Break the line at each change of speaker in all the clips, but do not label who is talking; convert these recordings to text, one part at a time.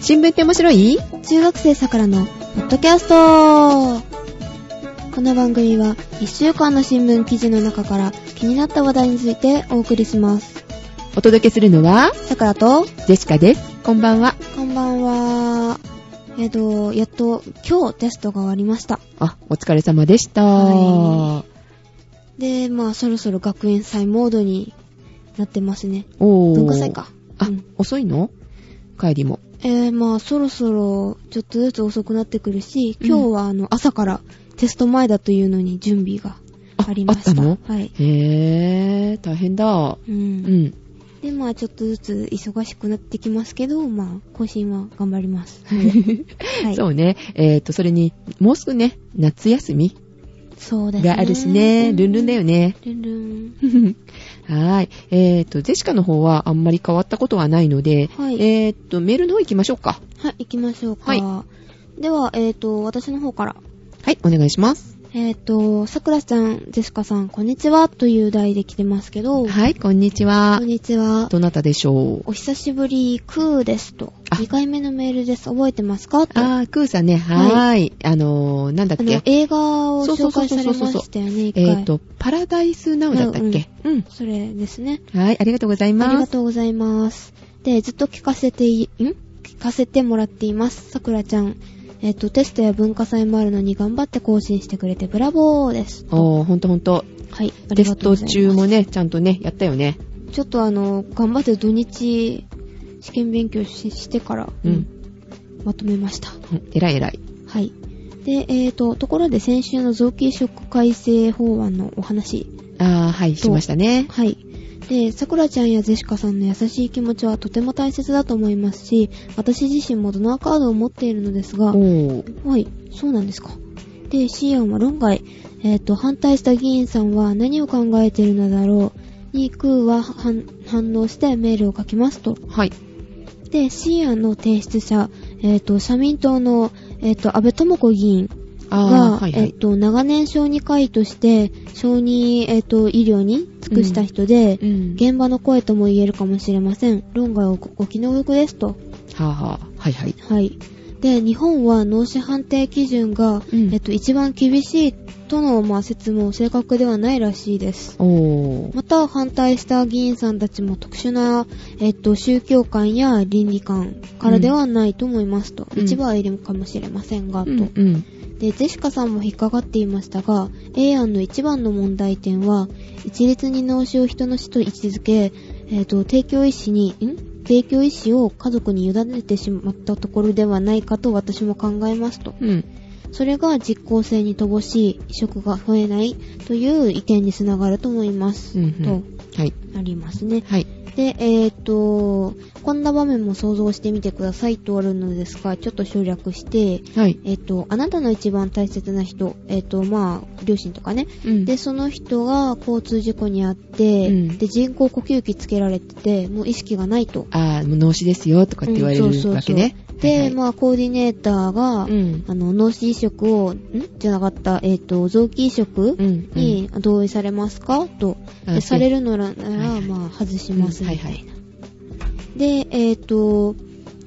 新聞って面白い
中学生さくらのポッドキャストこの番組は1週間の新聞記事の中から気になった話題についてお送りします
お届けするのは、
さくらと
ジェシカです。こんばんは。
こんばんはえっとやっと今日テストが終わりました
あ、お疲れ様でした。
はでまあそろそろ学園祭モードになってますね
おー。
文化祭か
あ、
うん
遅いの帰りも。
えー、まあそろそろちょっとずつ遅くなってくるし今日はあの朝からテスト前だというのに準備がありました、
あった
はい、
のへぇー、大変だ。
う
うんん。
で、まあちょっとずつ忙しくなってきますけど、まあ更新は頑張 ります。はい。
そうね。えっ、と、それに、もうすぐね、夏休み
そうですね。
があるしね、ルンルンだよね。
ね。 ルンルン。
はーい。えっ、と、ジェシカの方はあんまり変わったことはないので、
はい
えっ、と、メールの方行きましょうか。
はい、行きましょうか。
は
では、えっ、と、私の方から。
はい、お願いします。
えっ、と、さくらちゃん、ジェシカさん、こんにちはという題で来てますけど、
はい、こんにちは
こん。にちは。
どなたでしょう
お久しぶり、クーですと。
あ
2回目のメールです。覚えてますかと。
あー、クーさんね、はーい。あのー、なんだっ
あの
け、。
映画を
そうそ
紹
うそう
介
そう
され
そ
ま
うそう
したよね、一回。
えっ、と、パラダイスナウだったっけ、うん、
それですね。
はい、ありがとうござい
あり
ま
が
す。
とうございます。で、ずっと聞かせてい、ん聞かせてもらっています。さくらちゃん。えっ、と、テストや文化祭もあるのに頑張って更新してくれてブラボーです。
おー、ほんとほんと。
はい。あり
テ
が
ス
と
ト
うございます。
中もね、ちゃんとね、やったよね。
ちょっとあの、頑張って土日、試験勉強ししてから、
うん。
まとめました。
うん偉い偉い。
はい。で、えっ、と、ところで先週の臓器移植改正法案のお話。
あー、はい、しましたね。
はい。で、さくらちゃんやゼシカさんの優しい気持ちはとても大切だと思いますし、私自身もドナーカードを持っているのですが、
おー。
はい、そうなんですか。で、シーアンは論外。えっ、と、反対した議員さんは何を考えているのだろう。に、クーは反反応してメールを書きますと。
はい。
で、シーアンの提出者、えっ、と、社民党の、えっ、と、安倍智子議員
あ
が、
ー、はいは
えっ
い。
と、長年小児科医として、小児、えっと、医療に尽くした人で、
うん
現場の声とも言えるかもしれません。論外をご気の毒ですと。
はあ、はあ、はいはい。
はい。で、日本は脳死判定基準が、
うん
えっと、一番厳しいとの、まあ、説も正確ではないらしいです。
おー。
また、反対した議員さんたちも特殊な、えっと、宗教観や倫理観からではないと思いますと。
うん
一部はいるかもしれませんが、
うん、
と。
うん。
で、ジェシカさんも引っかかっていましたが、A 案の一番の問題点は、一律に脳死を人の死と位置づけ、えっ、と、提供医師に、ん提供医師を家族に委ねてしまったところではないかと私も考えますと。
うん。
それが実効性に乏しい、移植が増えないという意見につながると思います。
うんうんはい。
と、ありますね。
はい。
で、えっ、と、こんな場面も想像してみてくださいとあるのですが、ちょっと省略して、
はい。
えっと、あなたの一番大切な人、えっと、まあ、両親とかね。
うん
で、その人が交通事故にあって、
うん
で、人工呼吸器つけられてて、もう意識がないと。
あー、もう脳死ですよ、とかって言われ
うんそうそうそ
る
う
わけね。
で、
はいはい
まあ、コーディネーターが、
うん。
あの、脳死移植を、んじゃなかった、えっと、臓器移植
うん
に同意されますかと。
あ
で、されるのなら、
はい
まあ、外します
うん
み
は
た
い
い
は
な。
い
で、えっ、と、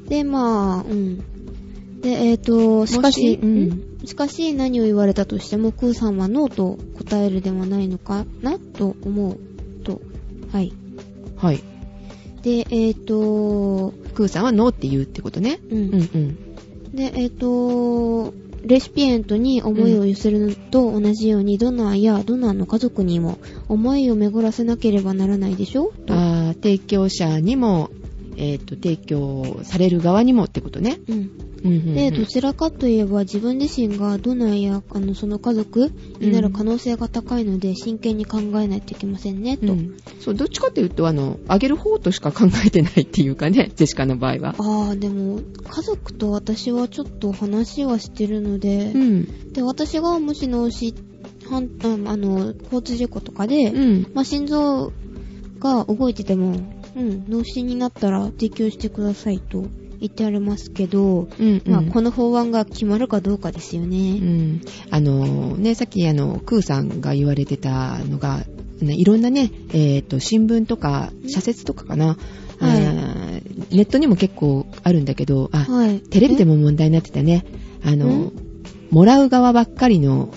で、まあ、うん。で、えっ、と、しか
も
し、
しうん
んしかし何を言われたとしても、クーさんはノーと答えるではないのかなと思うと。はい。
はい。
で、えっ、と、
クーさんはノーって言うってことね。
う。
うんん
で、えっ、と、レシピエントに思いを寄せるのと同じように、ドナーやドナーの家族にも思いを巡らせなければならないでしょ
うん。
と。
あー提供者にも、えっ、と、提供される側にもってことね。
うん。
うんうんうん
で、どちらかといえば自分自身がドナーやあのその家族になる可能性が高いので、真剣に考えないといけませんね、と。
うんそう、どっちかっていうと、あの、あげる方としか考えてないっていうかね、ジェシカの場合は。
あー、でも、家族と私はちょっと話はしてるので、
うん。
で、私がもし脳死、はんああの、交通事故とかで、
うん。
まあ、心臓が動いてても、うん、脳死になったら提供してくださいと言ってありますけど、
うん、
まあ、この法案が決まるかどうかですよ
う
ね。
ん、あのね、さっきあの、クーさんが言われてたのが、ねいろんなね、えっ、と、新聞とか、社説とかかな、
はい
あーネットにも結構あるんだけど、あ、
はい。
テレビで
も。
も問題になってたね。あの
ん、
もらう側ばっかりの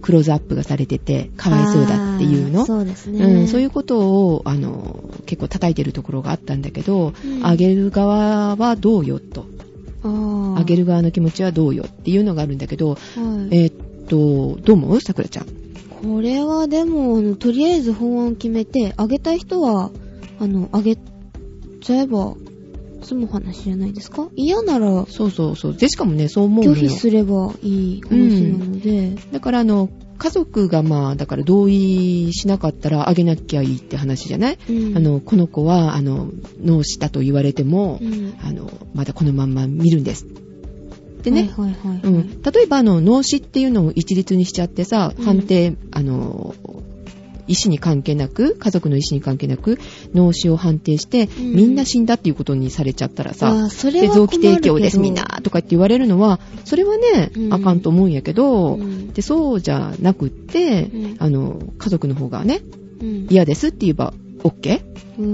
クローズアップがされてて、かわいそうだっていう
あー
の。
そうですね。。
うん、そういううことを、あの、結構叩いてるところがあったんだけど、
うん
あげる側はどうよと、
あ
あげ
る。
る側の気持ちはどうよっていうのがあるんだけど、
はい。
えーっと、どう思うさくらちゃん。
これはでも、あのとりあえず法案を決めて、あげたい人は、あの、あげちゃえば、済む話じゃないですか嫌なら、
そうそうそう。で、しかもね、そう思う
拒
の
否
よ。
すればいい話なので、
だから、あの、家族がまあ、だから同意しなかったらあげなきゃいいって話じゃない、
うん
あ、の、この子は、あの、脳死だと言われても、
うん
あの、まだこのまんま見るんです。でね、
はいはいはい、はい
うん、例えばあの脳死っていうのを一律にしちゃってさ
うん
判定、あの医師に関係なく家族の医師に関係なく脳死を判定して、
ん
みんな死んだっていうことにされちゃったら
あ
さ
ーそれ
で
は
臓
困る
器
けど
提供ですみんな、とかって言われるのはそれはね、
うん
あかんと思うんやけど、
うん
でそうじゃなくって、
うん
あの家族の方がね
うん
嫌ですって言えば OK、
うん
う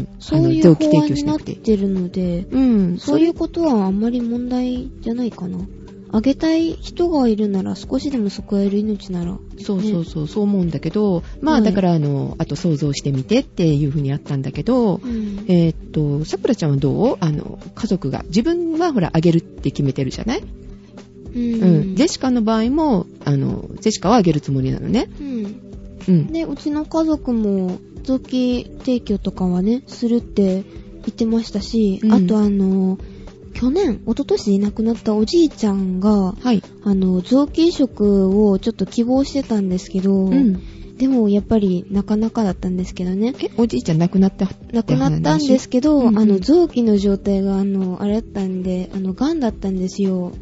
ん、
そうい
あ
う
の臓器
法
提
案
供
に
し
な
な
っ
くていい。
てるので、
うん、
そういうことはあんまり問題じゃないかな。あげたい人がいるなら、少しでも救える命なら。
そうそうそう、そう思うんだけど、ま
は
あ
い
だから、あの、あと想像してみてっていうふうにあったんだけど、
うん
えーっと、さくらちゃんはどうあの、家族が、自分はほら、あげるって決めてるじゃない
うん
うん。ジェシカの場合も、あの、ジェシカはあげるつもりなのね。
うん。
うん。
で、うちの家族も、臓器提供とかはね、するって言ってましたし、
うん
あとあの、去年、一昨年亡くなったおじいちゃんが、
はい。
あの、臓器移植をちょっと希望してたんですけど、
うん。
でもやっぱりなかなかだったんですけどね。
え、おじいちゃん亡くなった
亡くなったんです
け
けど、
うんうん
あの、臓器の状態が、あの、あれだったんで、あの、癌だったんですよ。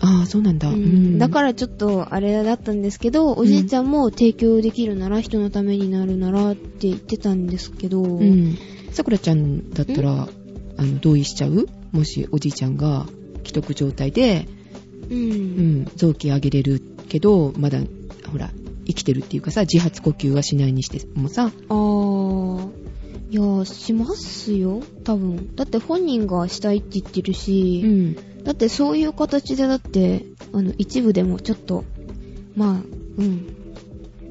ど。ああ、そうなんだ。
う
うんん。、
だかららちょっとあれだったんですけど、おじいちゃんも提供できるなら、人のためになるならって言ってたんですけど、
うん。さくらちゃんだったら、あの、同意しちゃうもし、おじいちゃんが、既得状態で、
う
うんん、臓器あげれるけど、まだ、ほら、生きてるっていうかさ、自発呼吸はしないにしてもさ、
あー、いや、しますよ、多分。だって本人がしたいって言ってる
う
し、
ん、
だってそういう形で、だって、あの、一部でもちょっと、まあ、うん。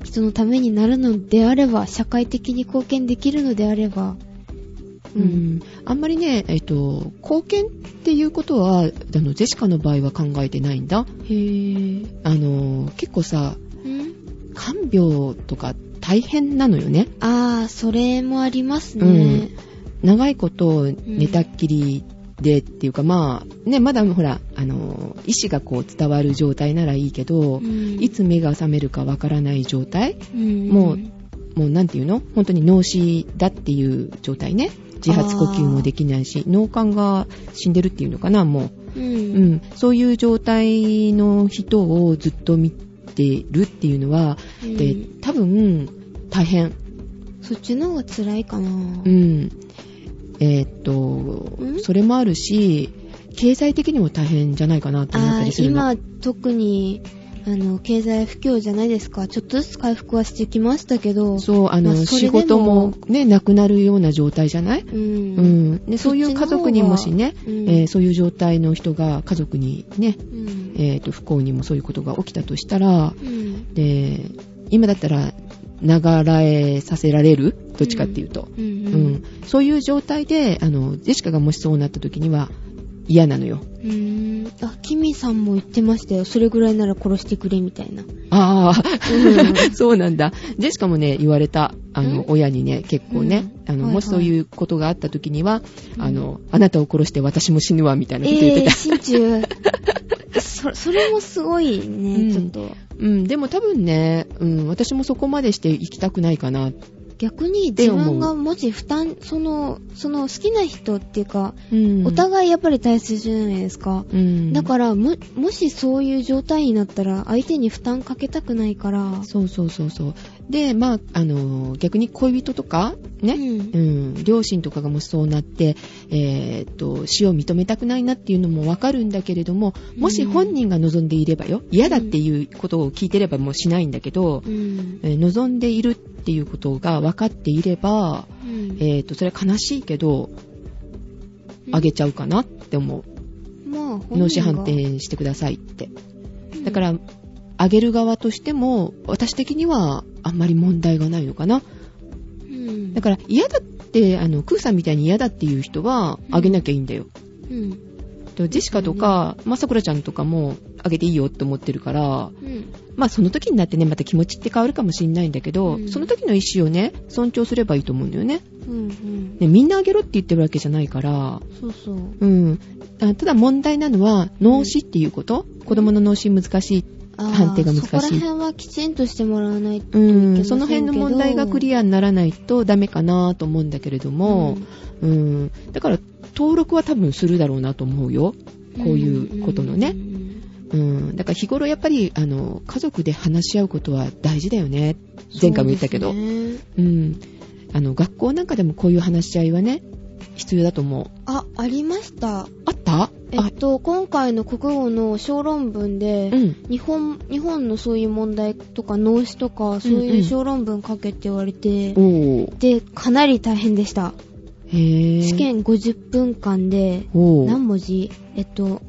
人のためになるのであれば、社会的に貢献できるのであれば、
う
うん
ん、あんまりね、えっと、貢献っていうことは、あの、ジェシカの場合は考えてないんだ。
へぇ
あの、結構さ、
うん
看病とか大変なのよね。
あー、それもありますね。
長いこと寝たっきりでっていうか、まあ、ね、まだほら、あの、意志がこう伝わる状態ならいいけど、いつ目が覚めるかわからない状態
も
もうもうなんていうの本当に脳死だっていう状態ね。自発呼吸もできないし、脳幹が死んでるっていうのかな、も
う
う。
ん、
う
うん、
ん。そういう状態の人をずっと見てるっていうのは、で、多分、大変。
そっちの方が辛いかな。
うん。えーっと、それもあるし、経済的にも大変じゃないかなと思っ
あ
たりす
ー
るの。
今特にあの経済不況じゃないですか。ちょっとずつ回復はしてきましたけど、
そう、あの、
まあそれ
仕
でも
事もね、なくなるような状態じゃない
うん、
うん、でそういう家族にもしね、
そっちの方がうん
えーそういう状態の人が家族にね、
うん、
えーと不幸にもそういうことが起きたとしたら
うん、
で今だったら流らえさせられるどっちかっていうと、
う、
うんんそういう状態であのジェシカがもしそうなった時には嫌なのよ
うん、うんあ、キミさんも言ってましたよ。それぐらいなら殺してくれみたいな。
ああ、
う
そうなんだジェシカもね言われたあの
ん
親にね結構ね、
うん
あの
はいはい
もしそういうことがあった時には、
うん
あのあなたを殺して私も死ぬわみたいなこと言っ
え
て
ー、
た、
真中。そ、それもすごいね、
うん
ちょっと。
うん、でも多分ね、うん、私もそこまでして行きたくないかな。
逆に自分がもし負担、その、その好きな人っていうか、
うん
お互いやっぱり大切じゃないですか。
うん。
だから、も、もしそういう状態になったら、相手に負担かけたくないから。
そうそうそうそう。で、まあ、あの、逆に恋人とか、ね、
うん
うん、両親とかがもしそうなって、えーっと、死を認めたくないなっていうのもわかるんだけれども、もし本人が望んでいればよ、嫌だっていうことを聞いてればもうしないんだけど、
うん。
えー望んでいるっていうことが分かっていれば、
うん
えーっと、それは悲しいけど、
う
あげちゃうかなって思う。
まあ、本人が
脳死判。定してくださいって。だから、あげる側としても、私的にはあんまり問題がないのかな。
うん、
だから嫌だって、あの、クーさんみたいに嫌だっていう人は、
うん
あげなきゃいいんだよ。
うん。
とジェシカとか、まあ、さくらちゃんとかも、あげていいよって思ってるから、
うん。
まあ、その時になってね、また気持ちって変わるかもしれないんだけど、
うん
その時の意思をね、尊重すればいいと思うんだよね。
うん。うん。
ね、みんなあげろって言ってるわけじゃないから、
そうそう。
うん。あただ問題なのは、脳死っていうこと、子供の脳死難しい。
あー
判定が難しい
そこら辺はきちんとしてもらわないと
う
いけませんけ
ん。
ど。
その辺の問題がクリアにならないとダメかなと思うんだけれども、うん。だから、登録は多分するだろうなと思うよ。
ん
こういうことのね
う。ん
うん。だから日頃やっぱり、あの、家族で話し合うことは大事だよね。前回も言ったけど。
そううですね
ん。あの、学校なんかでもこういう話し合いはね、必要だと思う。
あ、ありました。
あった
え
あ
っ、と、今回の国語の小論文で、
うん。
日本日本のそういう問題とか脳死とかそう
うん
いううん小論文書けって言われて、
おー。
でかなり大変でした、
へー。
試験50分間で
おー。
何文字えっと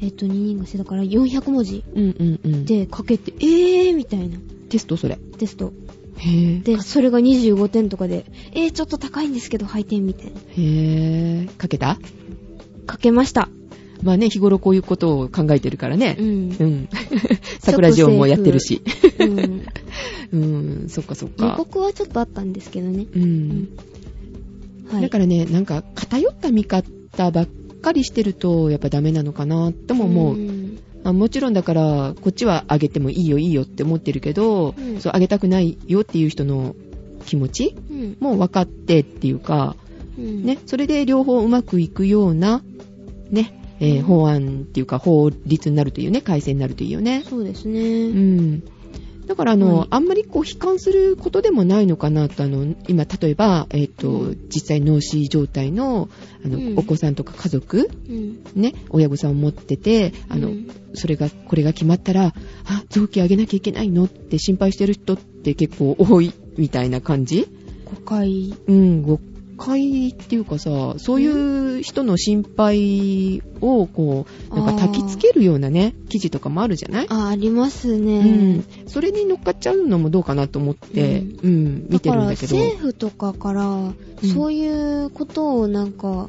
えっと2人がしてだから400文字
うんうんうん。
で書けってえーみたいな
テストそれ。
テスト
へー。
でそれが25点とかでえーちょっと高いんですけど配点みたいな
へー。かけた
書けました
まあね、日頃こういうことを考えてるから
う
ね。
ん
うん。 桜ジオンもやってるし。
うん
うん、そっかそっ
予
か。
告はちょっとあったんですけどね
うん。
はい
だからね、なんか偏った見方ばっかりしてると、やっぱダメなのかなっても思う。
ん
あもちろんだから、こっちはあげてもいいよいいよって思ってるけど、
うん
そうあげたくないよっていう人の気持ち
うん
も分かってっていうか、
うん
ね、それで両方うまくいくような、ね、えー
うん
法案っていうか法律になるというね、改正になるといいよね。
そうです
う
ね。
ん。だからあの、
はい
あんまりこう悲観することでもないのかなと、あの、今、例えば、えっ、と、
う
実際脳死状態の、あの、
うん
お子さんとか家族、
うん。
ね、親御さんを持ってて、あの、
うん
それが、これが決まったら、あ、臓器あげなきゃいけないのって心配してる人って結構多いみたいな感じ
誤解。
うん、誤解っていうかさ、そういう人の心配を、こう、なんか焚きつけるようなね、記事とかもあるじゃない
あ、あります
う
ね
ん。、それに乗っかっちゃうのもどうかなと思って、
う
うん、見て
か
るん
ら
だけど、
政府とかから、そういうことをなんか、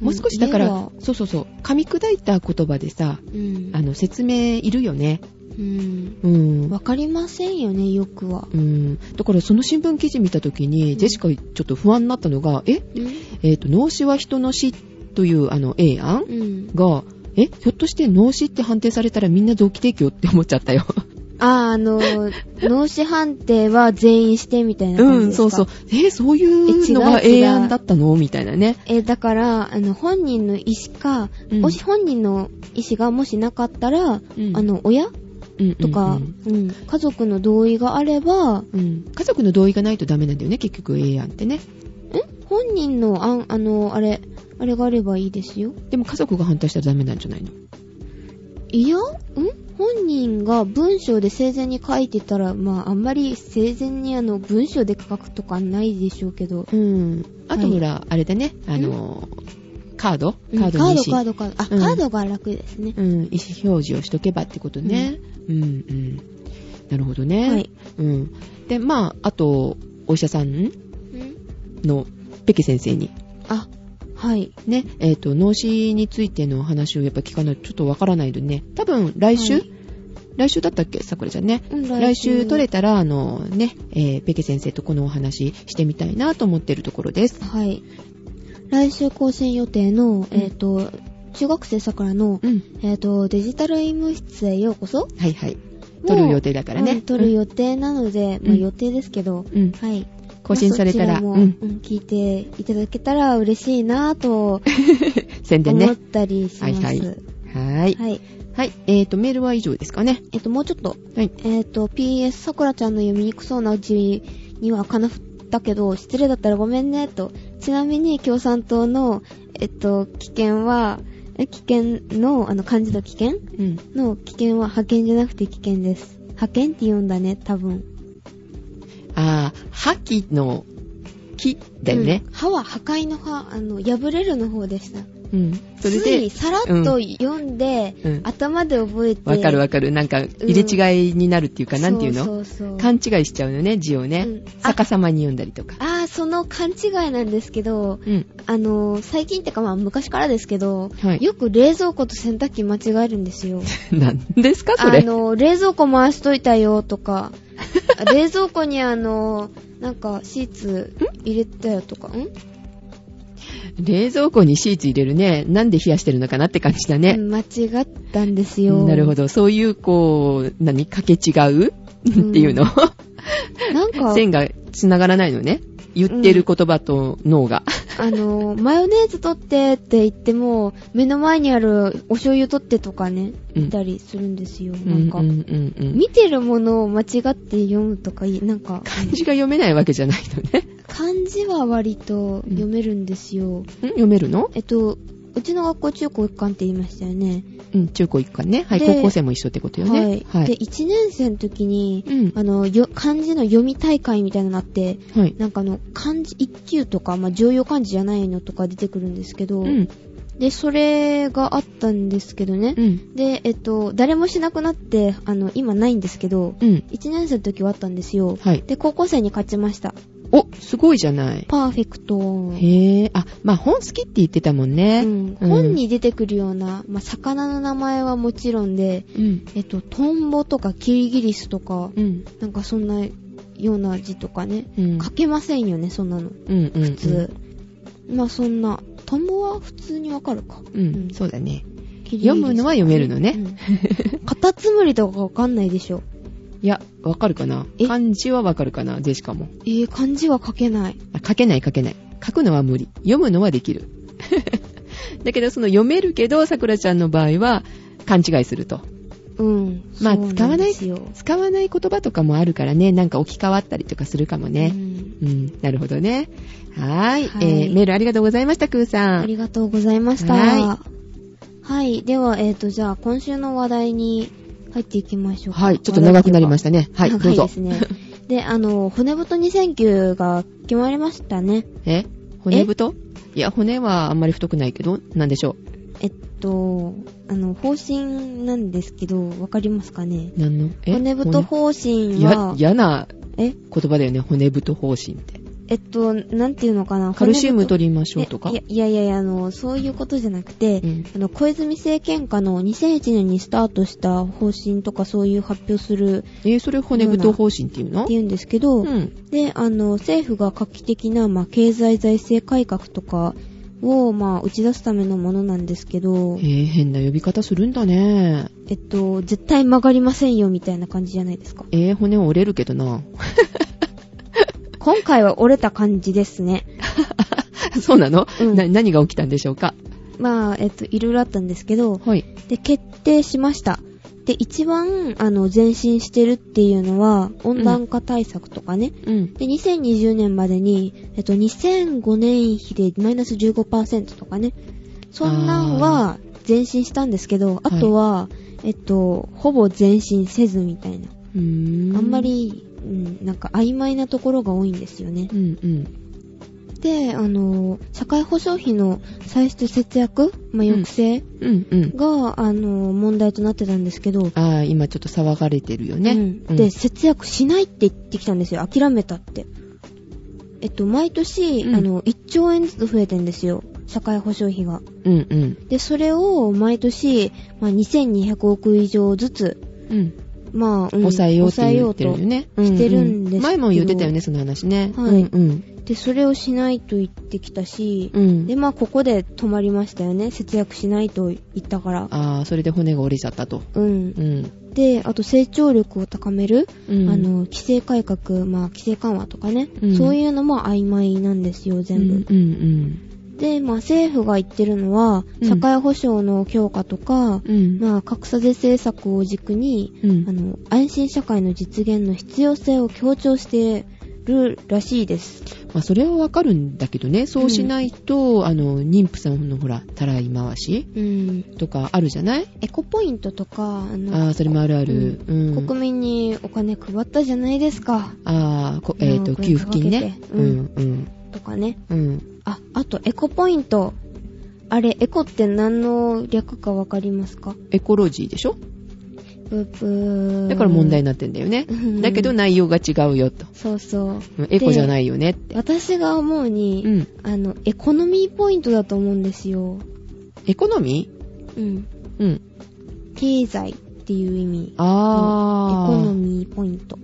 もう少しだか
家
ら
は、
そうそうそう、噛み砕いた言葉でさ、
うん。
あの、説明いるよね。
うん。
うん。
わかりませんよね、よくは。
うん、だからその新聞記事見た時
う
に、
ん
ジェシカちょっと不安になったのが、え、
う
えっ、と、脳死は人の死という、あの、A 案
ん。
が、え、ひょっとして脳死って判定されたらみんな臓器提供って思っちゃったよ。
あ、あの、脳死判定は全員してみたいな
う
感じ
ん、
ですか。
そうそう。。え、そういうのが
え違う違う
A 案だったのみたいなね。
え、だから、あの、本人の意思か、
うん
もし本人の意思がもしなかったら、
うん
あの、親とか、
う
うん
うんうん
ん家族の同意があれば、
うん、家族の同意がないとダメなんだよね、結局 A 案ってね。
ん本人の案、あの、あれ、あれがあればいいですよ。
でも家族が反対したらダメなんじゃないの
いや、ん本人が文章で生前に書いてたら、まあ、あんまり生前にあの、文章で書くとかないでしょうけど。
うん。あとほら、あれだね、あの、カードカードに意
カー
思、
ド、カード、カード。
う
あ、
ん
カードが楽ですね。
うん、意思表示をしとけばってことね。うん、うん。なるほどね。
はい。
うん。で、まあ、あと、お医者さん
ん
のペケ先生に、
あ、はい。
ね、えっ、と、脳死についての話をやっぱ聞かないとちょっとわからないのでね、多分来週、
はい
来週だったっけさくらちゃんね。
うん
来週取れ
た。
たら、あのね、えーペケ先生とこのお話してみたいなと思ってるところです。
はい。来週更新予定の、えっ、と、中学生さくらの、
うん。
えっ、と、デジタル医務室へようこそ
はいはい。撮る予定だからね。
うん撮る予定なので、
うん
まあ予定ですけど、
うん。
はい。
更新された
ま
ら、
あそちも
う
うん
ん。、
聞いていただけたら嬉しいなぁと
宣伝ね。
思
は
ったりします。
は
はいい、
は
はいい。
ーい。はい。えっ、と、メールは以上ですかね。
えっと、もうちょっと。
はい。
えっと、PS さくらちゃんの読みにくそうなうちにはかなったけど、失礼だったらごめんね、と。ちなみに、共産党の、えっと、危険は、え危険の、あの、漢字の危険
うん。
の危険は派遣じゃなくて危険です。派遣って読んだね、多分。
あー、覇気の木だよね
うん。歯は破壊の歯、あの、破れるの方でした。
うん。うん。それ
つい
で、
さらっと読んで、
うん
頭で覚えて
わかるわかる。なんか、入れ違いになるっていうか、なんていうの
そうそうそう
勘違いしちゃうのね、字をね。
うんあ
逆さまに読んだりとか。
ああその勘違いなんですけど
うん。
あのー最近ってかまあ昔からですけど、
はい
よく冷蔵庫と洗濯機間違えるんですよ
何です かそ
あ
れ。
のー冷蔵庫回しといたよ とかあ冷蔵庫にあのーなんかシーツ入れたよとかん
冷蔵庫にシーツ入れるね。なんで冷やしてるのかなって感じだね。
間違ったんですよ
なるほど。そういう、こう、何かけ違うっていうの。
なんか
線が繋がらないのね。言ってる言葉と脳が。
あの、マヨネーズ取ってって言っても、目の前にあるお醤油取ってとかね、
うん
言ったりするんですよ。
う
なんん
う
か、
んうんうん。
見てるものを間違って読むとかい、な んか、
漢字が読めないわけじゃないのね。
漢字は割と読めるんですよ。
ん読めるの
えっと、うちの学校中高一貫って言いましたよね。
うん、中高一貫ね。はい、
で
高校生も一緒ってことよね。
は。
はい
で、
い。
1年生の時に、
うん。
あの、よ漢字の読み大会みたいなのあって、
はい。
なんかあの、漢字1級とか、まあ、常用漢字じゃないのとか出てくるんですけど、
うん。
で、それがあったんですけどね、
うん。
で、えっと、誰もしなくなって、あの、今ないんですけど、
うん。
1年生の時はあったんですよ。
はい。
で、高校生に勝ちました。
お、すごいじゃない。
パーフェクト。
へえ。あ、まあ、本好きって言ってたもん
う
ね。
ん、本。に出てくるような、まあ、魚の名前はもちろんで、
うん。
えっと、トンボとかキリギリスとか、
うん。
なんかそんなような字とかね、
うん。
書けませんよね、そんなの。
うん。うん。
普通。まあ、そんな、トンボは普通にわかるか。
うん。うん。そうだね。
キリギリス
読むのは読めるのね。
うんカタツムリとかわかんないでしょ。
いや、わかるかな
え
漢字はわかるかなでしかも。
えー、漢字は書けない。
あ書けない書けない。書くのは無理。読むのはできる。 だけど、その読めるけど、さくらちゃんの場合は、勘違いすると。
うん。
まあ
そう
使わない
んですよ。
使わない言葉とかもあるからね、なんか置き換わったりとかするかも
う
ね。
ん
うん、なるほどね。はーい、
はい
えーメールありがとうございました、くーさ
あ
ん。
りがとうございました。
は
はい。では、えっ、と、じゃあ、今週の話題に入っていきましょうか。。
はい、ちょっと長くなりましたたね。はい、
長
どう
いで
ぞ
す。ね。 で、あの、骨太2009が決まりましたね。
え骨太いや、骨はあんまり太くないけど、なんでしょ
えっと、あの、方針なんですけど、わかりますかね
う。なんのえ
骨太方
骨
針
いや
は、、
嫌な
え、
言葉だよね、骨太方針って。
えっと、なんていうのかな。
カルシウム
り
取りましょうとか。
いやいやいやいや、あの、そういうことじゃなくて、
うん
あの、小泉政権下の2001年にスタートした方針とかそういう発表する
えーそれ骨太方針っていうの
っていうんですけど、
うん。
で、あの、政府が画期的な、まあ、経済財政改革とかを、まあ、打ち出すためのものなんですけ
え
ど、
ー変な呼び方するんだね。
えっと、絶対曲がりませんよみたいな感じじゃないですか。
えー骨折れるけどな。
今回は折れた感じですね。
そうなの、
うん
な何が起きたんでしょうか
まあ、えっと、いろいろあったんですけど、
はい。
で、決定しました。で、一番、あの、前進してるっていうのは、温暖化対策とかね。
うん。
で、2020年までに、えっと、2005年比でマイナス15%とかね。そんなんは前進したんですけど、あ
はい
とは、えっと、ほぼ前進せずみたいな。
うーん
あんま。り、うん、なんか曖昧なところが多いんですよね
う。んうん。
で、あの、社会保障費の歳出節約、まあ、抑制
うんうん。
が、あの、問題となってたんですけど、
ああ、今ちょっと騒がれてるよね。
うん
うん
で、節約しないって言ってきたんですよ。諦めたって。えっと、毎年、
うん
あの、1兆円ずつ増えてんですよ。社会保障費が。
うんうん。
で、それを毎年、まあ、2200億以上ずつ、
うん。
まあ、うん
抑えようって言ってるよ
抑えよ
ね。
抑えようとしてるんですけど
うう前も言ってたよね、その話ね。
はい
うん
うとで、それをしないと言ってきたし、
うん。うん。
で、まあ、ここで止まりましたよね。節約しないと言ったから。
ああ、それで骨が折れちゃったと。
うん
う。ん。
で、あと成長力を高める、
うん
あの、規制改革、まあ、規制緩和とかね、
うん
そういうのも曖昧なんですよ、全部。
うんうん
で、まあ、政府が言ってるのは、
うん
社会保障の強化とか、
うん。うん。
まあ、格差是正策を軸に、
うん
あの、安心社会の実現の必要性を強調してるらしいです。
まあ、それはわかるんだけどね、そうしないと、あの、妊婦さんのほら、たらい回し
うん。
とかあるじゃない
エコポイントとか、あの、
ああ、それもあるある。うん。
国民にお金配ったじゃないですか、
ああ、こえっ、
う
と、
ん
給付金ね。
う
うんん、うん、
とかね。
うん。
あ、あと、エコポイント。あれ、エコって何の略かわかりますか
エコロジーでしょ
ブーブー。
だから問題になってんだよね
う。ん
だけど内容が違うよと。
そうそう。。
うんエコじゃないいよねって。
私が思うに、
うん。
あの、エコノミーポイントだと思うんですよ。
エコノミ
うん。
ーうん。
経済っていう意味。エ
あ
コ
ー。
ノミーポイント。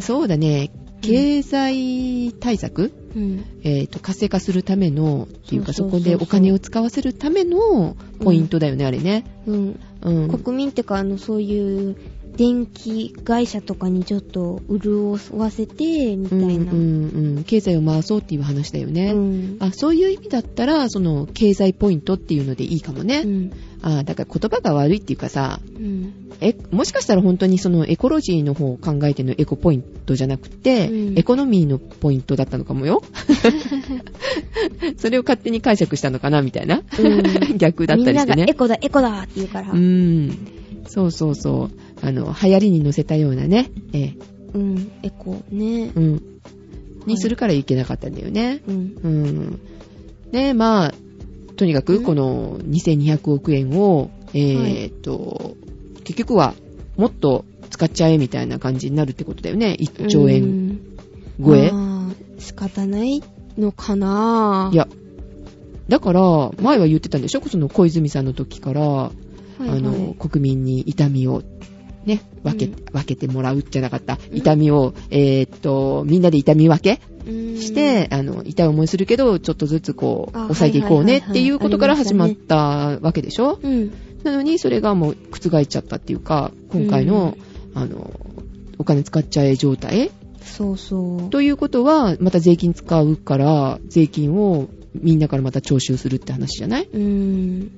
そうだね。経済対策、
うん。
えっ、と、活性化するための、っていうか
そ
そう
そうそうそう
こでお金を使わせるためのポイントだよね、あれね。
うん。
うん。
国民ってか、あの、そういう、電気会社とかにちょっと潤わせて、みたいな。
うんうんうん。経済を回そうっていう話だよね。
うん
あそういう意味だったら、その、経済ポイントっていうのでいいかもね。
うん。
あだから言葉が悪いっていうかさ、
うん。
え、もしかしたら本当にそのエコロジーの方を考えてのエコポイントじゃなくて、
うん
エコノミーのポイントだったのかも よ。それを勝手に解釈したのかなみたいな。
う ん
逆だったりして
みんながエ
ね。
コだ、エコだって言うから。
う。ん。そうそうそう。あの、流行りに乗せたようなね。ええ、
うん、エコね。
うん。
はい
にするからいけなかったんだよね。
うん。
うん。ねまあ、とにか
う
く
ん
この2200億円を、えーっと、結局はもっと使っちゃえみたいな感じになるってことだよね。1兆円超え。、
まあ仕方ないのかない
や、だから、前は言ってたんでしょその小泉さんの時から、
はいはい
あの、国民に痛みを、ね、分け、
うん
分けてもらうじゃなかった。
うん
痛みを、えーっと、みんなで痛み分け
うん
して、あの、痛い思いするけど、ちょっとずつこう、
あ
抑えていこう
は
ね
いはいはいはい
っていうことから始まったわけでしょ
うん。
なのに、それがもう覆っちゃったっていうか、今回の、あの、お金使っちゃえ状態
そうそう。
ということは、また税金使うから、税金をみんなからまた徴収するって話じゃない
うん。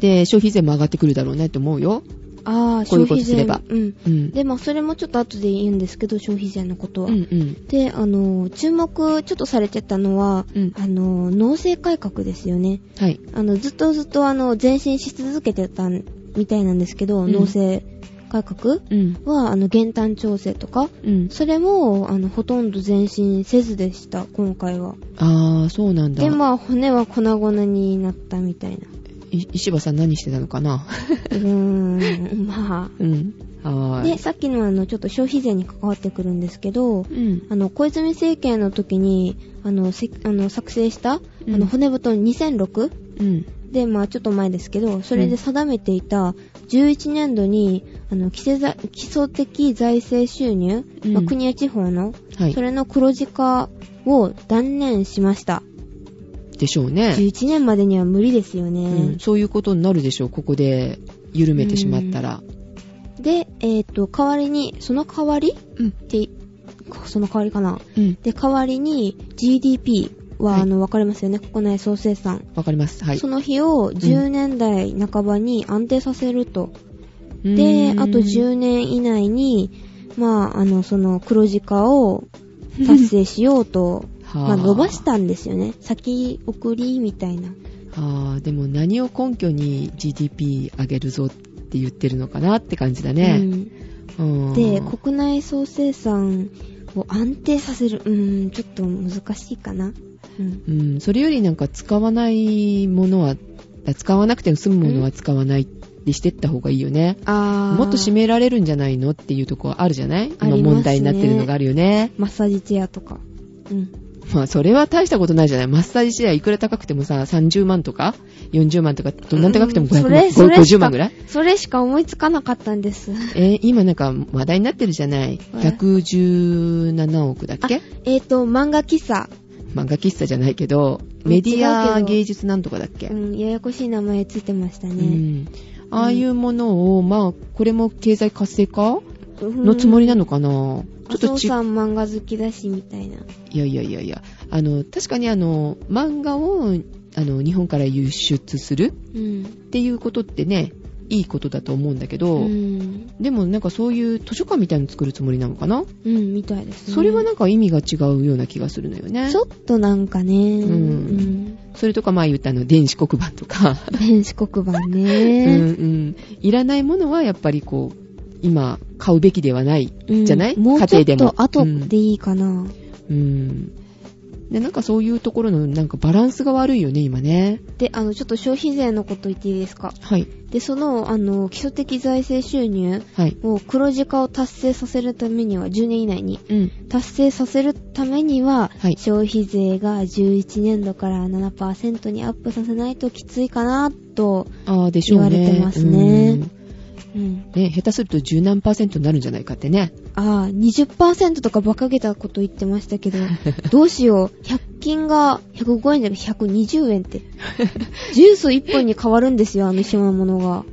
で、消費税も上がってくるだろうねって思うよ。
ああ、
こういうこ
消
と
費税
すれば
うん。
うん。
で、まあ、それもちょっと後で言うんですけど、消費税のこと
う
は。
んうん。
で、あの、注目ちょっとされてたのは、
うん
あの、農政改革ですよね。
はい。
あの、ずっとずっと、あの、前進し続けてたみたいなんですけど、
うん
農政改革
うん。
は、あの、減反調整とか、
うん。
それも、あの、ほとんど前進せずでした、今回は。
あー、そうなんだ
で、。まあ、骨は粉々になったみたい な。
い石破さん何してたのかな
うーん、ま
うん。は
あ。
ーい。
で、さっきのあの、ちょっと消費税に関わってくるんですけど、
うん。
あの、小泉政権の時に、あの、せあの作成した、あ
うん
の、骨太 2006?
うん。
で、まあ、ちょっと前ですけど、それで定めていた、11年度に、あの、基礎財基礎的財政収入、
うん
まあ、国や地方の、
はい
そ。れの黒字化を断念しました。
でしょうね。
11年までには無理ですよね。
うん、そういうことになるでしょう、ここで緩めてしまったら。
で、えっ、と、代わりに、その代わり
うん。
って、その代わりかな。
うん。
で、代わりに GDP は、
はい
あの、わかりますよね。国内総生産。
わかります。はい。。
その日を10年代半ばに安定させると。で、あと10年以内に、まあ、あの、その黒字化を達成しようと、まあ、伸ばしたたんですよね。先送りみたいな。
あーでも何を根拠に GDP 上げるぞって言ってるのかなって感じだ
う
ね。
ん
うん
で、国内総生産を安定させる。うーん、ちょっと難しいかな。うん。
うん、それよりなんか使わないものは、あ使わなくても済むものは使わないってしてった方がいいよね。
あー。
もっと締められるんじゃないのっていうとこあるじゃない
あり
今
ますね
問題になってるのがあるよね。
マッサージチェアとか。うん。
まあ、それは大したことないじゃない。マッサージシェアいくら高くてもさ、30万とか、40万とか、どんな高くても
うんそ
500
れ
万、
それしか
50万ぐらい
それしか思いつかなかったんです。
えー今なんか話題になってるじゃない。117億だっけ
えっ、と、漫画喫茶。
漫画喫茶じゃないけど、
うん
メディ
違うけ
ア
ど
芸術なんとかだっけ、
うん、ややこしい名前ついてました
う
ね。
ん、ああいうものを、まあ、これも経済活性化
うん
のつもりなのかな、
麻
ちょっと
生
ち、
さん漫画好きだし、みたいな。
いやいやいやいや、あの、確かにあの、漫画を、あの、日本から輸出する
うん。
っていうことってね、いいことだと思うんだけど、
うん。
でもなんかそういう図書館みたいの作るつもりなのかな、
うん、みたいですね。
それはなんか意味が違うような気がするのよね。
ちょっとなんかね、うん
それとかまあ言ったあの電子黒板とか、
うん電子黒板
うん
ね。
うん。いらないものはやっぱりこう、今買うべきではない。
うん
じゃない
もうちょっ
家庭でも
と後でいいかな。
うん。で、なんかそういうところのなんかバランスが悪いよね、今ね。
で、あの、ちょっと消費税のこと言っていいですか
はい。
で、その、あの、基礎的財政収入
はい。
を黒字化を達成させるためには、10年以内に、
うん。
達成させるためには、
はい
消費税が11年度から7%にアップさせないときついかなと、
ああ、でしょうね。
言われてます
う
ね
ん
うん、
ね、下手すると十何パーセントになるんじゃないかってね。
ああ20%とか馬鹿げたこと言ってまし たけどどうしよう100均が105円じゃなくて120円ってジュース1本に変わるんですよあの島物が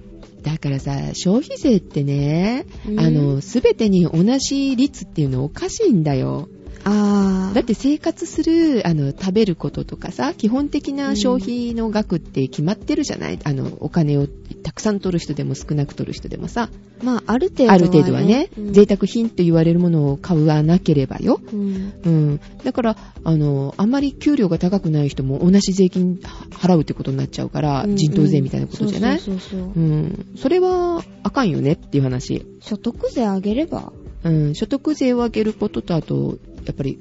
だからさ、消費税ってね、
うん
あの、すべてに同じ率っていうのおかしいんだよ。
ああ
だって生活する、あの、食べることとかさ、基本的な消費の額って決まってるじゃない、あの、お金をたくさん取る人でも少なく取る人でもさ、
まあある程度はね
ある程度はね、
うん
贅沢品と言われるものを買わなければよ。
うん
うん。だから、あの、あんまり給料が高くない人も同じ税金は払うってことになっちゃうから、
うん
人頭税みたいなことじゃない
そうそうそうそう
うん。それはあかんよねっていう話。
所得税上げれば
うん。所得税を上げることと、あと、やっぱり、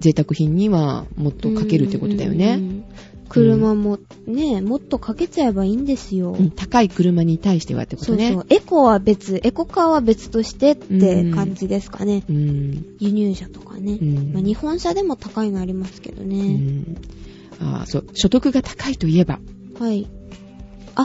贅沢品にはもっとかけるってことだよね。
うんうんうん車もねもっとかけちゃえばいいんですよ、
うん高い車に対してはってこ
そ
と
う
ね。
そうエコは別エコカーは別としてって感じですかね、
うん。
輸入車とかね、
うん
まあ、日本車でも高いのありますけど
う
ね、
ん。あーそう。所得が高いといえば、
はいあ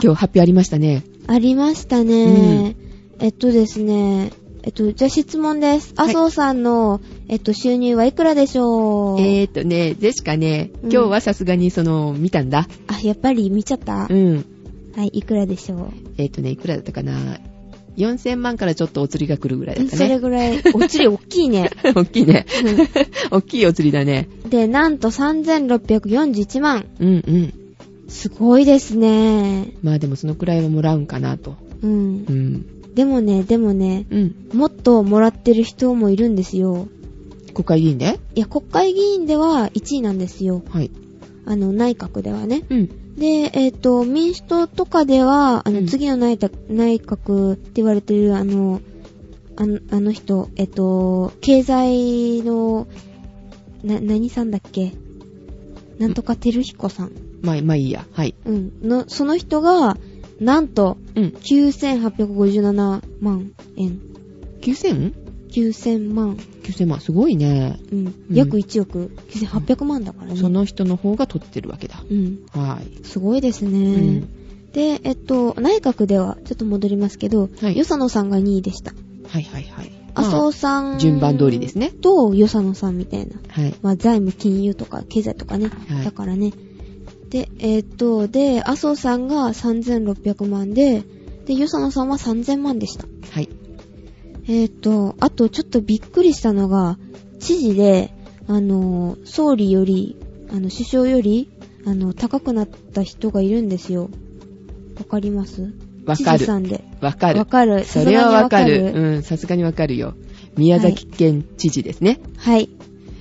今日発表ありましたね。
ありましたね、えっとですねえっと、じゃあ質問です。
はい
麻生さんの、えっと、収入はいくらでしょう
えーとね、ジェシカね、
うん
今日はさすがにその、見たんだ。
あ、やっぱり見ちゃった、
うん。
はい、いくらでしょ、
えーとね、いくらだったかな。4000万からちょっとお釣りが来るぐらいうだった
それ
ね。
ぐらい、お釣り大きいね。
大きいね。 大きいお釣りだね。
で、なんと3641万。
うんうん。
すごいですね。
まあでもそのくらいはもらうんかなと。
うん
う。ん。
でもね、でもね、
うん。
もっともらってる人もいるんですよ。
国会議員で
いや、国会議員では1位なんですよ。
はい。
あの、内閣ではね。
うん。
で、えっ、と、民主党とかでは、あの、
うん
次の内閣、内閣って言われてる、あの、あのあの人、えっ、と、経済の、な、何さんだっけなんとか照彦さん。
まあ、まあいいや。はい。
うん。の、その人が、なんと、
うん。
9857万円。
9000?9000
9000万。
万。すごいね。
うん。
うん
約1億9800万だからね。
その人の方が取ってるわけだ。
うん。
はい。
すごいですね。
うん。
で、えっと、内閣では、ちょっと戻りますけど、
はい
与謝野さんが2位でした。
はいはいはい。
麻
ま
生
あ
さん、
順番通りですね。
と、与謝野さんみたいな。
はい。
まあ、財務、金融とか、経済とかね。
はい
だからね。で、えっと、で、麻生さんが3600万で、で、与謝野さんは3000万でした。
はい。
えっ、と、あとちょっとびっくりしたのが、知事で、あの、総理より、あの、首相より、あの、高くなった人がいるんですよ。わかります
わ
知
か
事
る。
さんで。
わかる
わ。かる。
それはわか
さすがに
る。
わかる
うん。さすがにわかるよ。宮崎県知事ですね。
はい。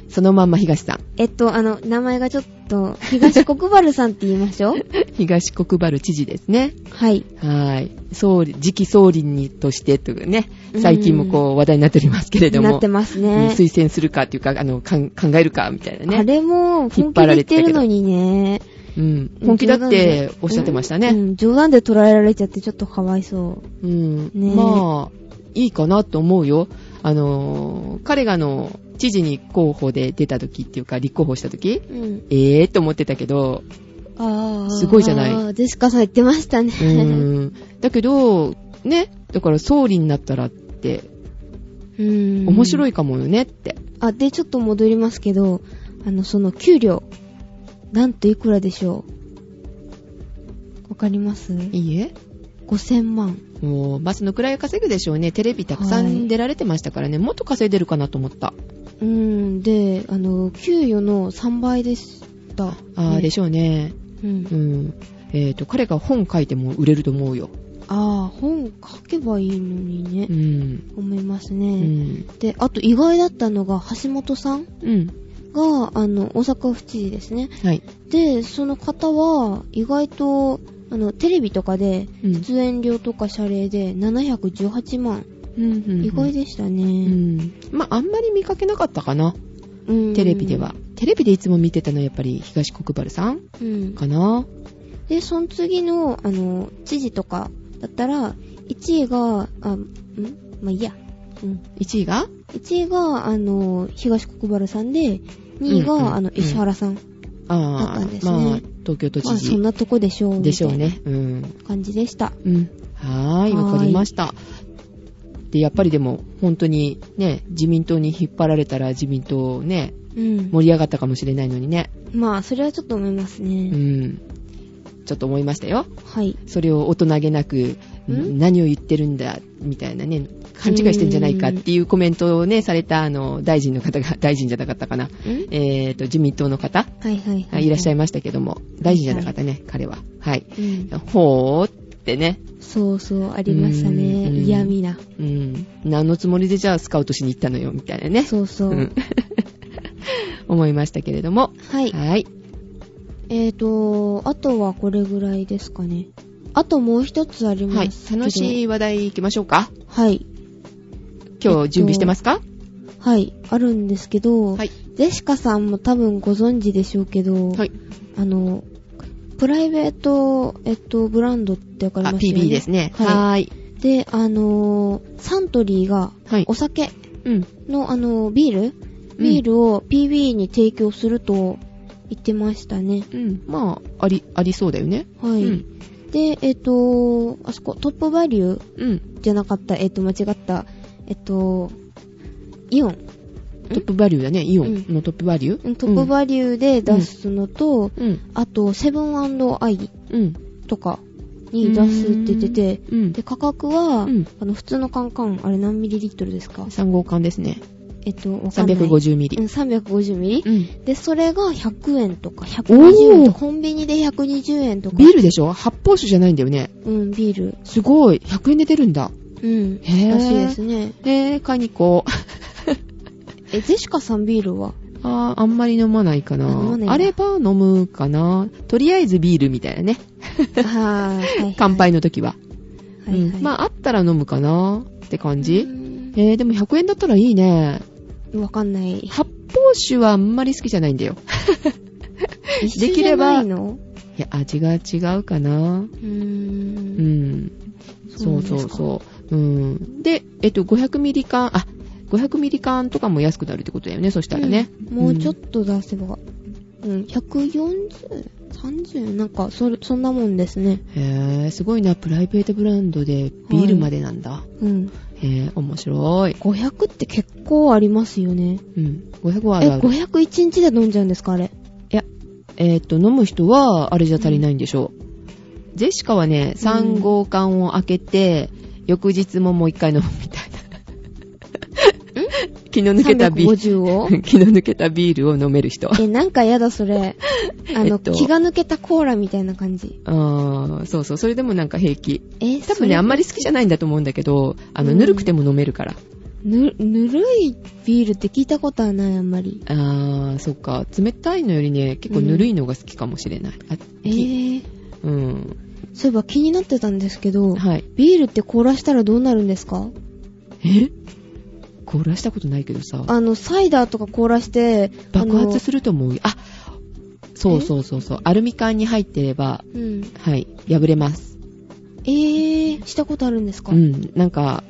そのまんま東さん。
えっと、あの、名前がちょっと、東国原さんって言いま しょう。
東国原知事ですね。
はい。
はい。総理、次期総理にとしてというね
う、ん
最近もこう話題になっておりますけれども。
なってます
うん
ね。
推薦するかっていうか、あの、かん考えるかみたいなね。
あれも、
引っ
本気
張ら
で言っ
れてた
て
けど
るのにね。
うん。本気だっておっしゃってましたね。
うんうん冗談で捉えられちゃってちょっとかわいそう。
うん、
ねえ
まあ、いいかなと思うよ。あのー、彼があの、知事に候補で出た時っていうか、立候補した時、
うん。
ええー、と思ってたけど、
あー
すごいじゃない。
ジェシカさん言ってましたね。
う ん。だけど、ね、だから総理になったらって、
うん
面白
い。
いかもよねって。
あ、で、ちょっと戻りますけど、あの、その給料、なんといくらでしょうわかります
いいえ。
?5000 万。
もう、まあ、そのくらいは稼ぐでしょうね。テレビたくさ
はい
ん出られてましたからね、もっと稼いでるかなと思った。
うん、で、あの、給与の3倍でした。
ああ、で
し
しょうね。
ょ。うん
う。ん。えっ、と、彼が本書いても売れると思うよ。
ああ、本書けばいいのにね
う、ん。
思います
う
ね。
ん。
で、あと意外だったのが、橋本さん
うん。
が、あの、大阪府知事ですね。
はい。
で、その方は、意外と、あの、テレビとかで、
うん
出演料とか謝礼で718万。意
意
外でした
う
ね。
ん、まああんまり見かけなかったかな、テレビではテレビでいつも見てたのはやっぱり東国原さん
うん。
かな。
で、その次の、あの、知事とかだったら、1位が、あ、んまあ、いいや。うん。
1位が
1位が、あの、東国原さんで、2位が、
うんうん
あの、石原さん。だ
ああ、
ったんですね
まあ、東京都知
まあ、そん
事
なとこでしょう。
でしょう
み
ね。うん。
たいな感じでした。
うん。はーい、
はーい
わかりました。で、やっぱりでも、本当にね、自民党に引っ張られたら自民党ね、
うん。
盛り上がったかもしれないのにね。
まあ、それはちょっと思います
う
ね。
ん。ちょっと思いましたよ。
はい。
それを大人げなく、
ん
何を言ってるんだ、みたいなね、勘違いしてんじゃないかっていうコメントをね、された、あの、大臣の方が、 大臣じゃなかったかな。
ん
えっ、と、自民党の方、
はいはいは
あ
い。
いらっしゃい
ま
ましたけども、大臣じゃなかったね、彼は。はい。
す。うん。
ほーってね、
そうそう、ありましたね。
うん
嫌味な。
うん、何のつもりでじゃあスカウトしに行ったのよ、みたいなね。
そうそう。
ん 思いましたけれども。
はい。
はい。
えーと、あとはこれぐらいですかね。あともう一つあり
は
ま
い。
すけど。
楽しい話題行きましょうか。
はい。えっ
今
と
日準備してますか、
はい。あるんですけど、
はい。
ジェシカさんも多分ご存知でしょうけど、
はい。
あの、プライベート、えっと、ブランドってわかり
あ、
ますよね。
PB ですね。
は
はーい。
い。で、あのー、サントリーが、
はい
お。酒
うん。
の、あのー、ビールビールを PB に提供すると言ってましたね。
うん。まあ、あり、ありそうだよね。
はい。
うん。
で、えっ、と、あそこ、トップバリュー
うん。
じゃなかった、えっ、と、間違った、えっ、と、イオン。
トップバリューだね。イオンのトップバリュ
う
ー。
んトップバリューで出すのと、
リュー。うん。
あと、セブンアイ
うん。
とかに出すって言ってて、
うん。
で、価格は、
うん
あの、普通のカンカン、あれ何ミリリットルですか
3号缶ですね。
えっ、と、わかんない。
350ミ
う
リ。
ん、350ミリ、
うん。
で、それが100円とか、120円と
おー
か、コンビニで120円とか。
ビールでしょ発泡酒じゃないんだよね。
うん、ビール。
すごい。100円で出るんだ。
うん。
へー
らしいですね。
えー、買いに行こう。
え、ジェシカさんビールは
あーあんまり飲まないか
あ飲ま
な
ないん。だ
あれば飲むかな。とりあえずビールみたいなね。
あー
乾。杯の時は。
はいはいはいは
う
い、
んまあ、あったら飲むかなって感
う
じ。
ん
えー、でも100円だったらいいね。
わかんない。
発泡酒はあんまり好きじゃないんだよ。
一緒
で
じ
き
ゃ
れば
ないの
いや、味が違うかな。
う
う
ーん。
ん。
そ
そう
うなんです
そ
か
うそう。うん。で、えっと、500ミリ缶、あ、500ミリ缶とかも安くなるってことだよね、そしたらね。
うんもうちょっと出せば。うん、140、30? なんか、それ、そんなもんですね。
へえ、すごいな。プライベートブランドでビールまでなんだ。
うん。
へえ、面白い。
500って結構ありますよね。
うん。500はあ
え、
るある。
501日で飲んじゃうんですか、あれ。
いや、えーっと、飲む人は、あれじゃ足りないんでしょう。ジェシカはね、3号館を開けて、翌日ももう一回飲むみたいな。昨日抜けたビール。
350 を
昨日抜けたビールを飲める人。
え、なんかやだ、それ。あ の、
えっと
気が抜けたコーラみたいな感じ。
あーそうそう、それでもなんか平気。
え、
多分ね、あんまり好きじゃないんだと思うんだけど、あの、
うん
ぬるくても飲めるから。
り。ぬ、ぬるいビールって聞いたことはない、あんまり。
あー、そっか。冷たいのよりね、結構ぬるいのが好きかもしれない。あ
えー、
うん。
そういえば気になってたんですけど、
はい。
ビールって凍らしたらどうなるんですか
え凍らしたことないけどさ。
あの、サイダーとか凍らして、
爆発
る。
すると思うよあそうそうそうそうアルミ缶に入ってれば
うん。
はい破れます
えー、したことあるんですか、
うんなんか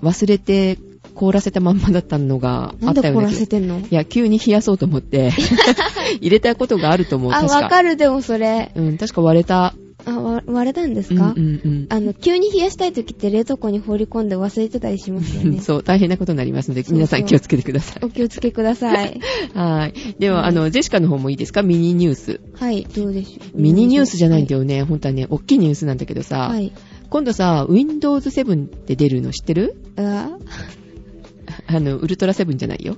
忘れて凍らせたまんまだったのがあ
な
っ
んで
たよ
凍
うな気
ら
が
せてんの
いや急に冷やそうと思って 入れたことがあると思う
あ、
確
わか
か
る、でもそれ。
うん確か割れた
あ、わ割れたんですか、
うんうん
あの、急に冷やしたい時って冷凍庫に放り込んで忘れてたりします
う
よ
ん
ね。
そう大変なことになりますので
そうそう
皆さん気をつけてください
お気をつけくださ い。
はいではあのジェシカの方もいいですかミニニュース
はい、どうでしょう。
ミニニュースじゃないんだ
よ。
よね、本当はね大きいニュースなんだけどさ、
はい。
今度さ Windows 7って出るの知ってる
あ
あの、ウルトラセブンじゃないよ。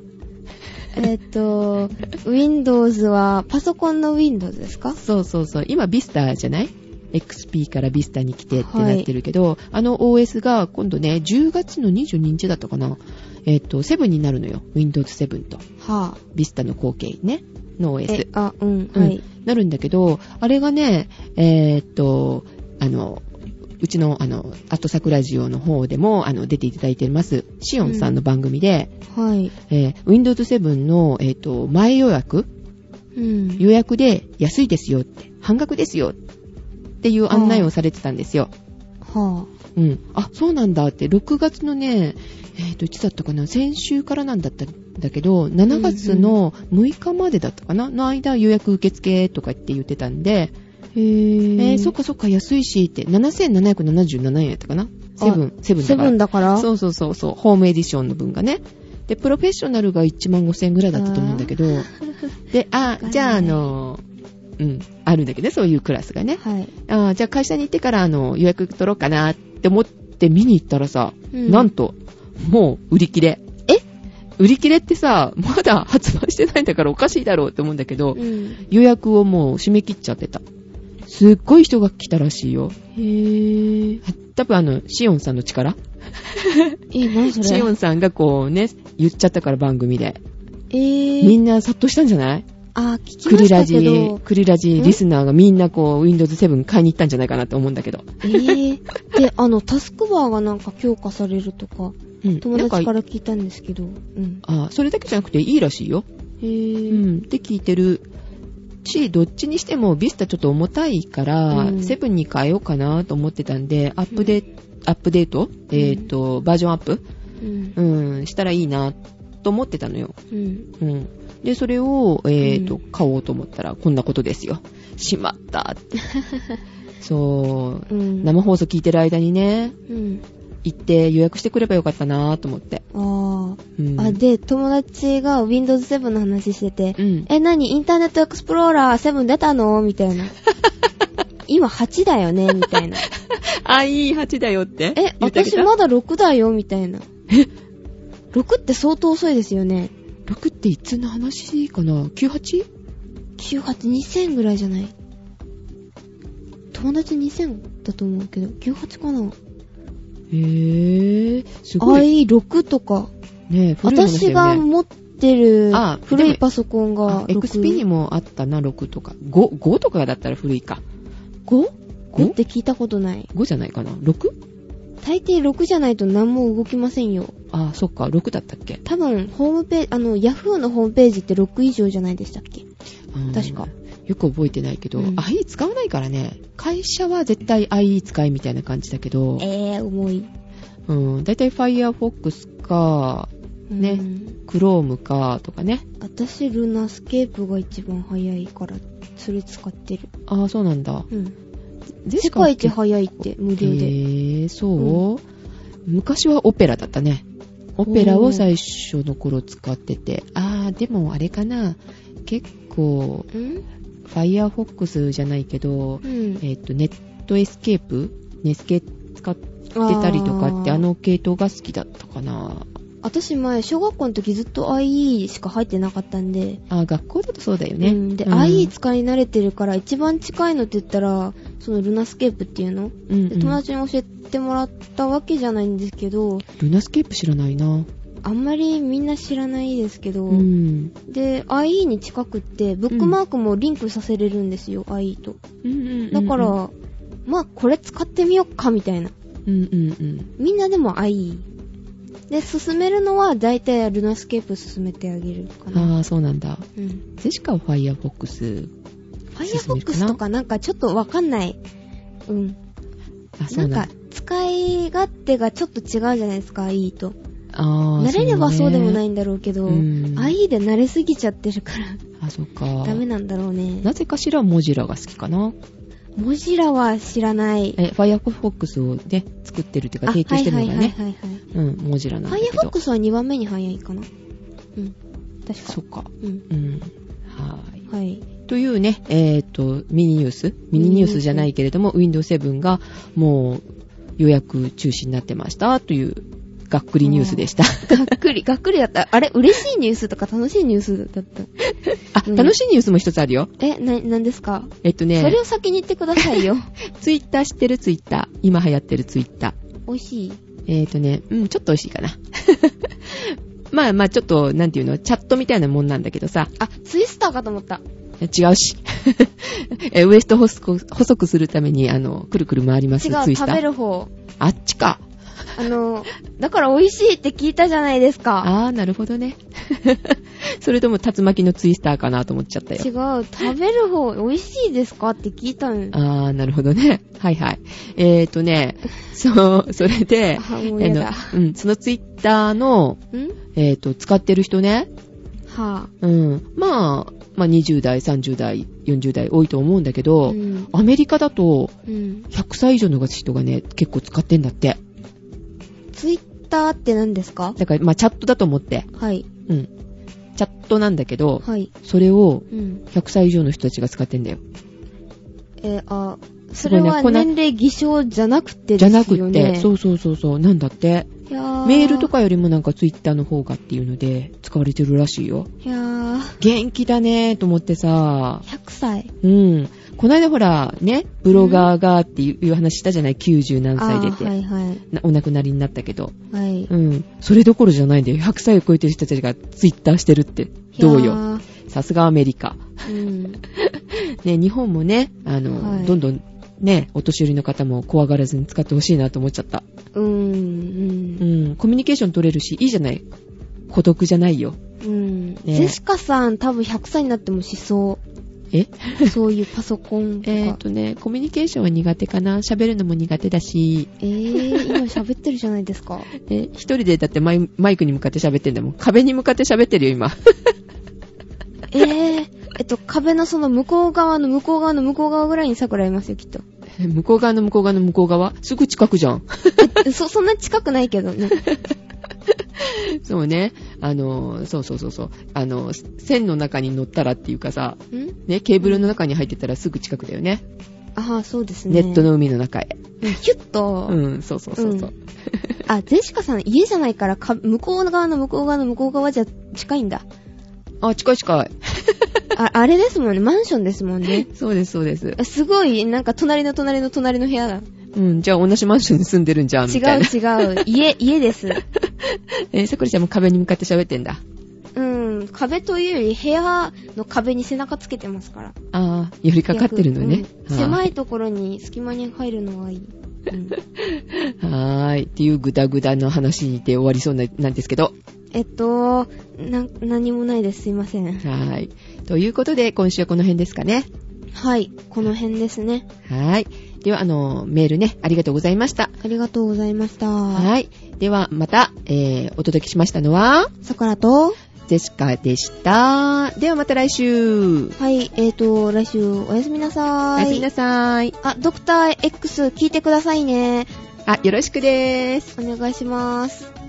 えっ、と、Windows は、パソコンの Windows ですか
そうそうそう。今、ビスタじゃない ?XP からビスタに来てって
はい
なってるけど、あの OS が今度ね、10月の22日だったかな。えっ、と、7になるのよ。Windows 7と。
はぁ、
ビスタの後継ね。の
え
OS。、
あ、うん、
うん
はい。
なるんだけど、あれがね、えっ、と、あの、うちの、あの、アットサクラジオの方でも、あの、出ていただいてます、シオンさんの番組で、
はい。
えー Windows 7の、えっ、と、前予約
うん。
予約で安いですよって、半額ですよっていう案内をされてたんですよ。
は
うん。あ、そうなんだって、6月のね、えっ、と、いつだったかな、先週からなんだったんだけど、7月の6日までだったかな、の間予約受付とかって言ってたんで、
あ。へぇ
えーそっかそっか安いしって、7777円やったかなセブン、セブンだ
セ
か
ブン
ら。
だから
そうそうそうそう、ホームエディションの分がね。で、プロフェッショナルが1万5千円ぐらいだったと思うんだけど、 で、あ、じゃあ、あの、うん、あるんだけどね、そういうクラスがね。
はい。
あーじゃあ会社に行ってからあの予約取ろうかなって思って見に行ったらさ、
うん
なんと、もう売り切れ。
え
売り切れってさ、まだ発売してないんだからおかしいだろうって思うんだけど、
うん。
予約をもう締め切っちゃってた。すっごい人が来たらしいよ。
へぇー。
多分あの、シオンさんの力
え、何それ
シオンさんがこうね、言っちゃったから番組で。
え
み
ぇー。
んな殺到したんじゃない
あ、聞き
ク
ま
リ
し
ラ
たけ
ジ
ど、。
クリラジリスナーがみんなこう、Windows 7買いに行ったんじゃないかなって思うんだけど。
えぇー。で、あの、タスクバーがなんか強化されるとか、
うん
友
なん
達から聞いたんですけど。うん。
あそれだけじゃなくていいらしいよ。
へ
う
ぇー。
ん。って聞いてるし、どっちにしてもビスタちょっと重たいから、
うん
セブンに変えようかなと思ってたんで、アップデート、アップデートえっ、と、バージョンアップ
うん。
うん、したらいいなと思ってたのよ。
うん。
うん。で、それを、えっ、と、
う
買おうと思ったら、こんなことですよ。しまった って。そう。
うん。
生放送聞いてる間にね、
うん。
行って予約してくればよかったなと思って。
あー。
うん。
あ、で、友達が Windows 7の話して
う
て、
ん。
え、なにインターネットエクスプローラー7出たのみたいな。今8だよねみ たいな。
あ、いい8だよって。
え、
言ってあげ
私
た
まだ6だよみたいな。6って相当遅いですよね。
6っていつの話かな ?98?
98、2000ぐらいじゃない。友達2000だと思うけど、98かな。
へぇー、すごい。
i6 とか。
ねえ、古い話だよね。
私が持ってる
あ
古いパソコン
あ
が
XP に
6。
もあったな、6とか。5、5とかだったら古いか。
5?5 って聞いたことない。
5じゃないかな ?6?
大抵6じゃないと何も動きませんよ。
あそっか、6だったっけ、
多分、ホームページ、あの、ヤフーのホームページって6以上じゃないでしたっけ
うん
確か。
よく覚えてないけど、
うん
IE 使わないからね。会社は絶対 IE 使いみたいな感じだけど、
えー、重い。
うん、だいたい Firefox か、ね
うん。
Chrome かとかね。
私、ルナスケープが一番早いから、それ使ってる。
ああ、そうなんだ。
うん。
ゼ
世
シカは
界一早いって、無料
へ
で。
ーそう、昔はオペラだったね。オペラを最初の頃使ってて。あー、でもあれかな。結構、
うん
Firefox じゃないけど、
うん。
えっ、と、ネットエスケープネスケ使ってたりとかって、あ
ー
の系統が好きだったかな。
私前、小学校の時ずっと IE しか入ってなかったんで、
あー、学校だとそうだよね。
うん、で、
うん
IE 使い慣れてるから、一番近いのって言ったら、そのルナスケープっていうの、
うん
で
うん
友達に教えてもらったわけじゃないんですけど、
ルナスケープ知らないな。
あんまりみんな知らないですけど、
うん。
で、IE に近くって、ブックマークもリンクさせれるんですよ、IE と。だ
だ
から、
うん
まあ、これ使ってみよっか、みたいな。
うんうん。
みんなでも IE。で、進めるのは、だいたいルナスケープ進めてあげるかな。
あー、そうなんだ。
うん。
ゼシカは Firefox。進めるか
Firefox
な
とかなんかちょっとわかんない。うん。
あ、そ
な
うんなんだ
か。、使い勝手がちょっと違うじゃないですか、IE と。
あー。
慣れればそうでもないいんだろうけど、
うん
IE で慣れすぎちゃってるから、
あ、そっか。
ダメなんだろうね。
なぜかしらモジュラが好きかな。
モジラは知らない。
え、Firefox をね、作ってるっていうか、
あ
提供してるのがね。
はいはいはい
うん、モジュラなんだ
はいはい。
けど。
Firefox は2番目に早いかな。うん。確か。
そっか。
うん。
うん。はーい。
はい。
というね、えっ、と、ミニニュースミニニュースじゃないけれども、Windows 7がもう予約中止になってましたという、がっくりニュースでした。
がっくり、がっくりだった。あれ、嬉しいニュースとか楽しいニュースだった。
あ、
うん
楽しいニュースも一つあるよ。
え、な、なんですか、
えっと
それ
ね、
を先に言ってください よ。
ツイッター知ってるツイッター。今流行ってるツイッター。
美味しい。
えーとね、うん、ちょっと美味しいかな。 まあまあ、ちょっと、なんていうの、チャットみたいなもんなんだけどさ、
あ、ツイスターかと思った。
違うし。 えウエスト細く細くするために、あの、くるくる回ります、
違
ツ
う、
イス
食
タ
べ
ー。
る方。
あっちか。
あの、だから美味しいって聞いたじゃないですか。
あー、なるほどね。 それとも竜巻のツイスターかなと思っちゃったよ
違。う。食べる方美味しいですかって聞いたんよ。
あー、なるほどね。はいはい。えーとね、そう、それで、
あ、もうやだ。
あのうん、そのツイッターの、
ん
えーと、使ってる人ね、
は
うん、まあ、まあ20代、30代、40代多いと思うんだけ
あ。
ど、
うん。
アメリカだと
うん。
100歳以上の人がね、結構使ってんだって。
ツイッターって何ですか
だから、まあチャットだと思って、
はい。
うん、チャットなんだけど、
はい。
それを
うん。
100歳以上の人たちが使ってんだよ。
えーあ、
す
そ
ご
れ
いね
は
こんな
年齢偽証じゃなくて
じ
で
ゃ
すよ
な
ね。
くって、そうそうそうそう、なんだって。
いやー
メールと。かよりもなんかツイッターの方がっていうので使われてるらしいよ。
いやー、
元気だねーと思ってさ、
100歳。
うん。こないだほら、ね、ブロガーがっていういう話したじゃない、90何歳出て、
あーはいはい。
なお亡くなりになったけど。
はい。
うん。それどころじゃないんだよ。100歳を超えてる人たちがツイッターしてるって。どう
い
よ。
や
さすがアメリカ。
ーうん。
ね、日本もね、あの、
はい
どんどんね、お年寄りの方も怖がらずに使ってほしいなと思っちゃった。
うん。
う
うん。
ん。コミュニケーション取れるし、いいじゃない。孤独じゃないよ。
うん。
ね
ジェシカさん、多分100歳になってもしそ
え
う。そういうパソコンとか。
えー、とね、コミュニケーションは苦手かな。喋るのも苦手だし、
えー、今喋ってるじゃないですか。
ね、一人でだってマイマイクに向かって喋ってんだもん。壁に向かって喋ってるよ、今。
えー、えっと、壁のその向こう側の向こう側の向こう側ぐらいに桜いますよ、き っと。
向こう側の向こう側の向こう側すぐ近くじゃん。
えそ、そんな近くないけどね。
そうね。あの、そうそうそうそう。あの、線の中に乗ったらっていうかさ、
ん
ね、ケーブルの中に入ってたらすぐ近くだよね。
ああ、そうです
ネ
ね。
ットの海の中へ。
うん。ヒュッと。
うん、そうそうそうそう。
う あ、ゼシカさん、家じゃないからか、向こう側の向こう側の向こう側じゃ近いんだ。
あ、近い近い。
あ、あれですもんね。マンションですもんね。
そうです、そうです。
すごい、なんか隣の隣の隣の部屋が。
うん、じゃあ同じマンションに住んでるんじゃん、みたい
違
うな。
違う。家、家です。
え、さくらちゃんも壁に向かって喋ってんだ。
うん。壁というより部屋の壁に背中つけてますから。
ああ、寄りかかってるのね。
うん狭
い。
いところに隙間に入るのがい い。うん、
はーい。っていうぐだぐだの話で終わりそうななんですけど。
えっと、な、何もないです。すいません。
はーい。ということで、今週はこの辺ですかね。
はい。この辺ですね。
はーい。では、あの、メールね、ありがとうございました。
ありがとうございました。
はーい。では、また、えー、お届けしましたのは、
さくらと、
ジェシカでした。では、また来週。
はい、えーと、来週おやすみなさ
お
ーい。
やすみなさーい。
あ、ドクター X 聞いてくださいね。
あ、よろしくでーす。
お願いします。